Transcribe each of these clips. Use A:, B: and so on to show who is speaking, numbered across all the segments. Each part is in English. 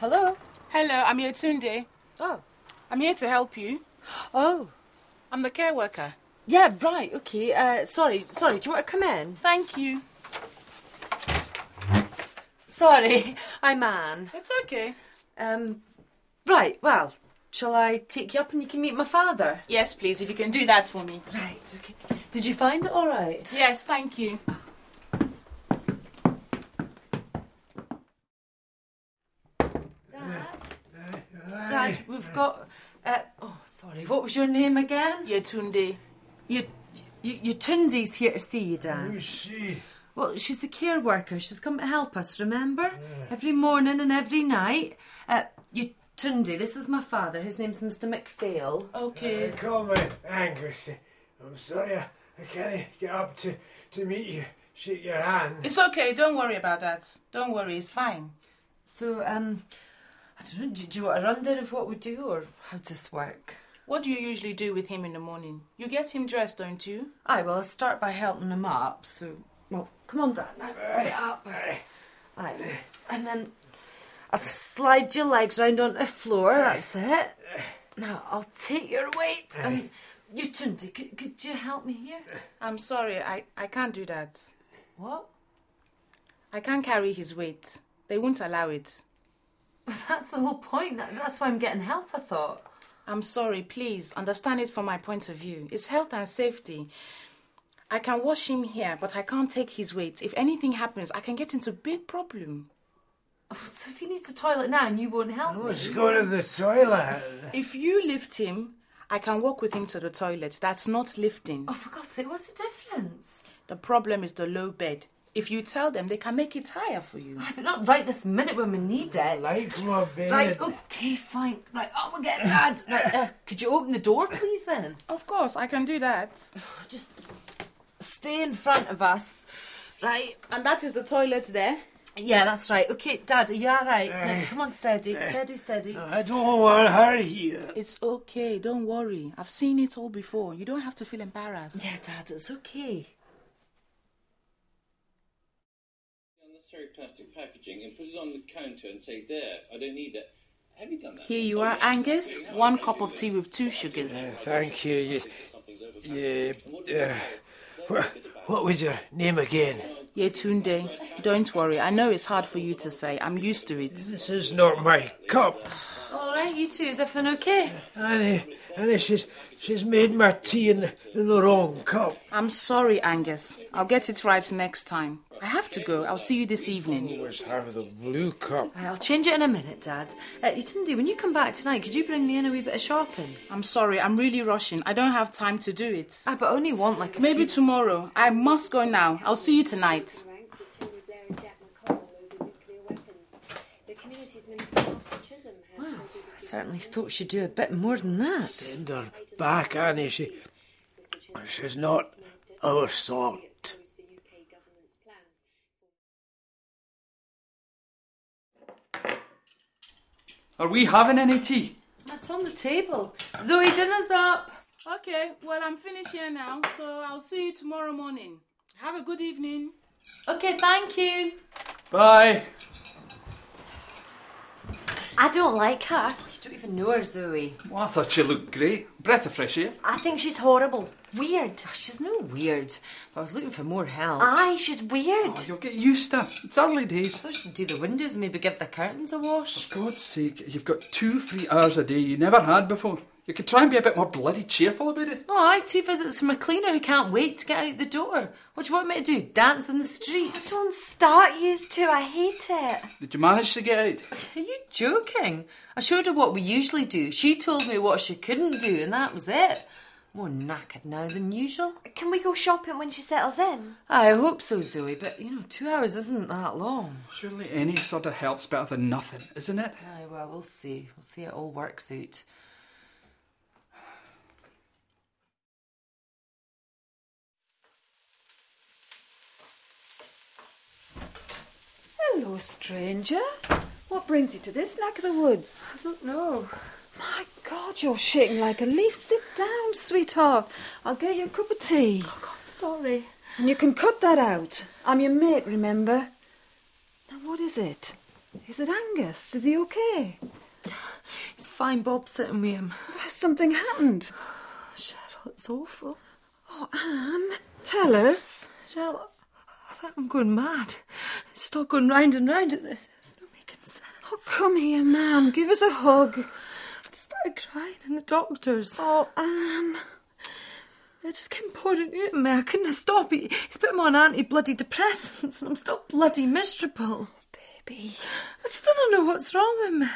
A: Hello?
B: Hello, I'm Yetunde.
A: Oh.
B: I'm here to help you.
A: Oh.
B: I'm the care worker.
A: Yeah, right, okay. Uh, sorry, sorry, do you want to come in?
B: Thank you.
A: Sorry, I'm Anne.
B: It's okay.
A: Um, right, well, shall I take you up and you can meet my father?
B: Yes, please, if you can do that for me.
A: Right, okay. Did you find it all right?
B: Yes, thank you.
A: Dad? Dad, we've got. Uh, oh, sorry, what was your name again?
B: Yetunde.
A: You, you, your Tundi's here to see you, Dad.
C: You see,
A: Well, she's the care worker. She's come to help us, remember? Every morning and every night. Uh, you Tundi, this is my father. His name's Mr. MacPhail.
B: Okay.
C: they call me Angus. I'm sorry, I, I can't get up to, to meet you, shake your hand.
B: It's okay, don't worry about that. Don't worry, it's fine.
A: So, um, I don't know, do, do you want a rundown of what we do or how does this work?
B: What do you usually do with him in the morning? You get him dressed, don't you?
A: Aye, well, I'll start by helping him up, so. Well, come on, Dad, now, sit up.
C: Aye.
A: Aye. And then I'll slide your legs round onto the floor, that's it. Now, I'll take your weight and. You Tundi, could, could you help me here?
B: I'm sorry, I, I can't do that.
A: What?
B: I can't carry his weight. They won't allow it.
A: That's the whole point. That, that's why I'm getting help, I thought.
B: I'm sorry, please understand it from my point of view. It's health and safety. I can wash him here, but I can't take his weight. If anything happens, I can get into big problem.
A: Oh, So if he needs a toilet now and you won't help me.
C: Let's go to the toilet.
B: If you lift him, I can walk with him to the toilet. That's not lifting.
A: Oh, for God's sake, what's the difference?
B: The problem is the low bed. If you tell them, they can make it higher for you.
A: Aye, but not right this minute when we need it.
C: Like my bed.
A: Right, oh. okay, fine. Right, oh my God, Dad. Right, uh, could you open the door, please, then?
B: Of course, I can do that.
A: Just stay in front of us. Right.
B: And that is the toilet there.
A: Yeah, that's right. Okay, Dad, are you all right? No,
C: Eh. Oh.
A: come on, steady, steady, steady.
C: I don't want her here.
B: It's okay, don't worry. I've seen it all before. You don't have to feel embarrassed.
A: Yeah, Dad, it's okay.
D: unnecessary plastic packaging and put it on the counter and say, "There, I don't need that." Have you done that?
B: Here you are, Angus. One cup of tea with two sugars.
C: Thank you. you, you yeah. What, what was your name again?
B: Yetunde, don't worry. I know it's hard for you to say. I'm used to it.
C: This is not my cup. uh,
A: All right, you two, is everything okay?
C: Annie, Annie, she's, she's made my tea in the, in the wrong cup.
B: I'm sorry, Angus. I'll get it right next time. I have to go. I'll see you this evening.
C: Where's her the blue cup?
A: Right, I'll change it in a minute, Dad. Uh, you didn't do when you come back tonight. Could you bring me in a wee bit of shopping?
B: I'm sorry. I'm really rushing. I don't have time to do it.
A: Ah, but I only want like a
B: Maybe
A: few-
B: tomorrow. I must go now. I'll see you tonight.
E: ranks with Tony Blair and Jack McConnell over nuclear weapons. The community's minister, Martin Chisholm, has told
A: I
E: BBC
A: certainly thought she'd do a bit more than that.
C: Send her back, Annie. She,
E: Mr. Chisholm
C: she's not our sort.
E: opposed the UK government's plans
F: Are we having any tea?
A: That's on the table. Zoe, dinner's up.
B: Okay, well, I'm finished here now, so I'll see you tomorrow morning. Have a good evening.
A: Okay, thank you.
F: Bye.
G: I don't like her.
A: Oh, You don't even know her, Zoe.
F: Well, I thought she looked great. Breath of fresh air.
G: I think she's horrible. Weird.
A: Oh, She's no weird. But I was looking for more help. I
G: Aye, she's weird.
F: Oh, you'll get used to it. It's early days.
A: thought she'd do the windows and maybe give the curtains a wash.
F: For God's sake, you've got two free hours a day you never had before. You could try and be a bit more bloody cheerful about it.
A: Oh, aye, two visits from a cleaner who can't wait to get out the door. What do you want me to do? Dance in the street?
G: Don't start used to. I hate it.
F: Did you manage to get out?
A: Are you joking? I showed her what we usually do. She told me what she couldn't do, and that was it. More knackered now than usual.
G: Can we go shopping when she settles in?
A: I hope so, Zoe, but you know, two hours isn't that long.
F: Surely any sort of help's better than nothing, isn't it?
A: Aye, well, we'll see. We'll see how it all works out.
H: Hello, stranger. What brings you to this neck of the woods?
A: I don't know.
H: My God, you're shaking like a leaf. Sit down, sweetheart. I'll get you a cup of tea.
A: Oh, Sorry.
H: And you can cut that out. I'm your mate, remember? Now, what is it? Is it Angus? Is he okay?
A: It's fine, Bob sitting with him.
H: Has something happened?
A: Cheryl, it's awful.
H: Oh, Anne, tell us.
A: Cheryl, I think I'm going mad. It's all going round and round. It's, it's not making sense.
H: Oh, come here, ma'am. Give us a hug.
A: I just started crying, and the doctors.
H: Oh, Anne.
A: They just kept pouring out at me. I couldn't stop. He, he's put me on anti-bloody-depressants, and I'm still bloody miserable.
H: Oh, Baby.
A: I just don't know what's wrong with me.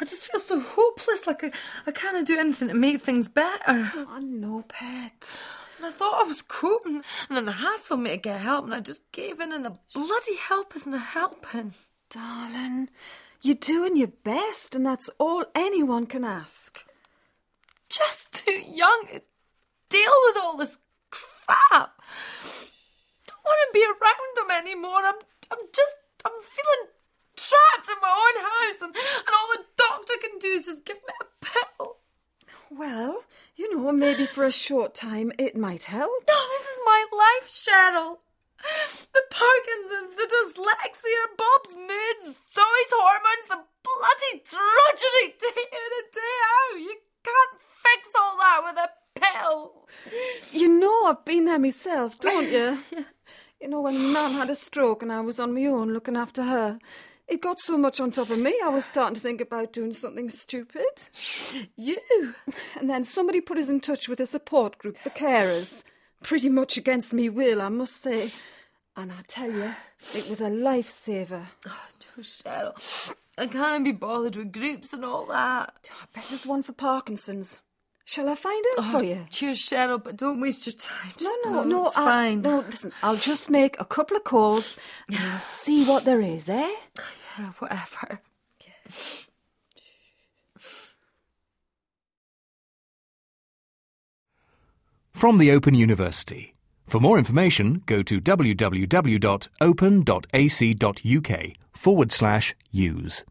A: I just feel so hopeless, like I, I can't do anything to make things better.
H: Oh, no, pet.
A: And I thought I was coping, and then they hassled me to get help, and I just gave in, and the bloody help isn't helping.
H: Darling, you're doing your best, and that's all anyone can ask.
A: Just too young to deal with all this crap. Don't want to be around them anymore. I'm, I'm just, I'm feeling trapped in my own house, and, and all the doctor can do is just give me a pill.
H: Well, you know, maybe for a short time it might help.
A: No, this is my life, Cheryl. The Parkinson's, the dyslexia, Bob's moods, Zoe's hormones, the bloody drudgery day in and day out. You can't fix all that with a pill.
H: You know I've been there myself, don't you? you know, when Nan had a stroke and I was on my own looking after her, it got so much on top of me, I was starting to think about doing something stupid.
A: You?
H: And then somebody put us in touch with a support group for carers, pretty much against me will, I must say. And I tell you, it was a lifesaver.
A: Oh, no, Cheryl. I can't be bothered with groups and all that.
H: I bet there's one for Parkinson's. Shall I find out for you?
A: Cheers, Cheryl, but don't waste your time.
H: No,
A: Just-
H: no, no.
A: It's
H: I-
A: fine.
H: No, listen. I'll just make a couple of calls and I'll see what there is, eh?
A: Yeah, whatever.
I: from the Open University. For more information, go to www.open.ac.uk forward slash use.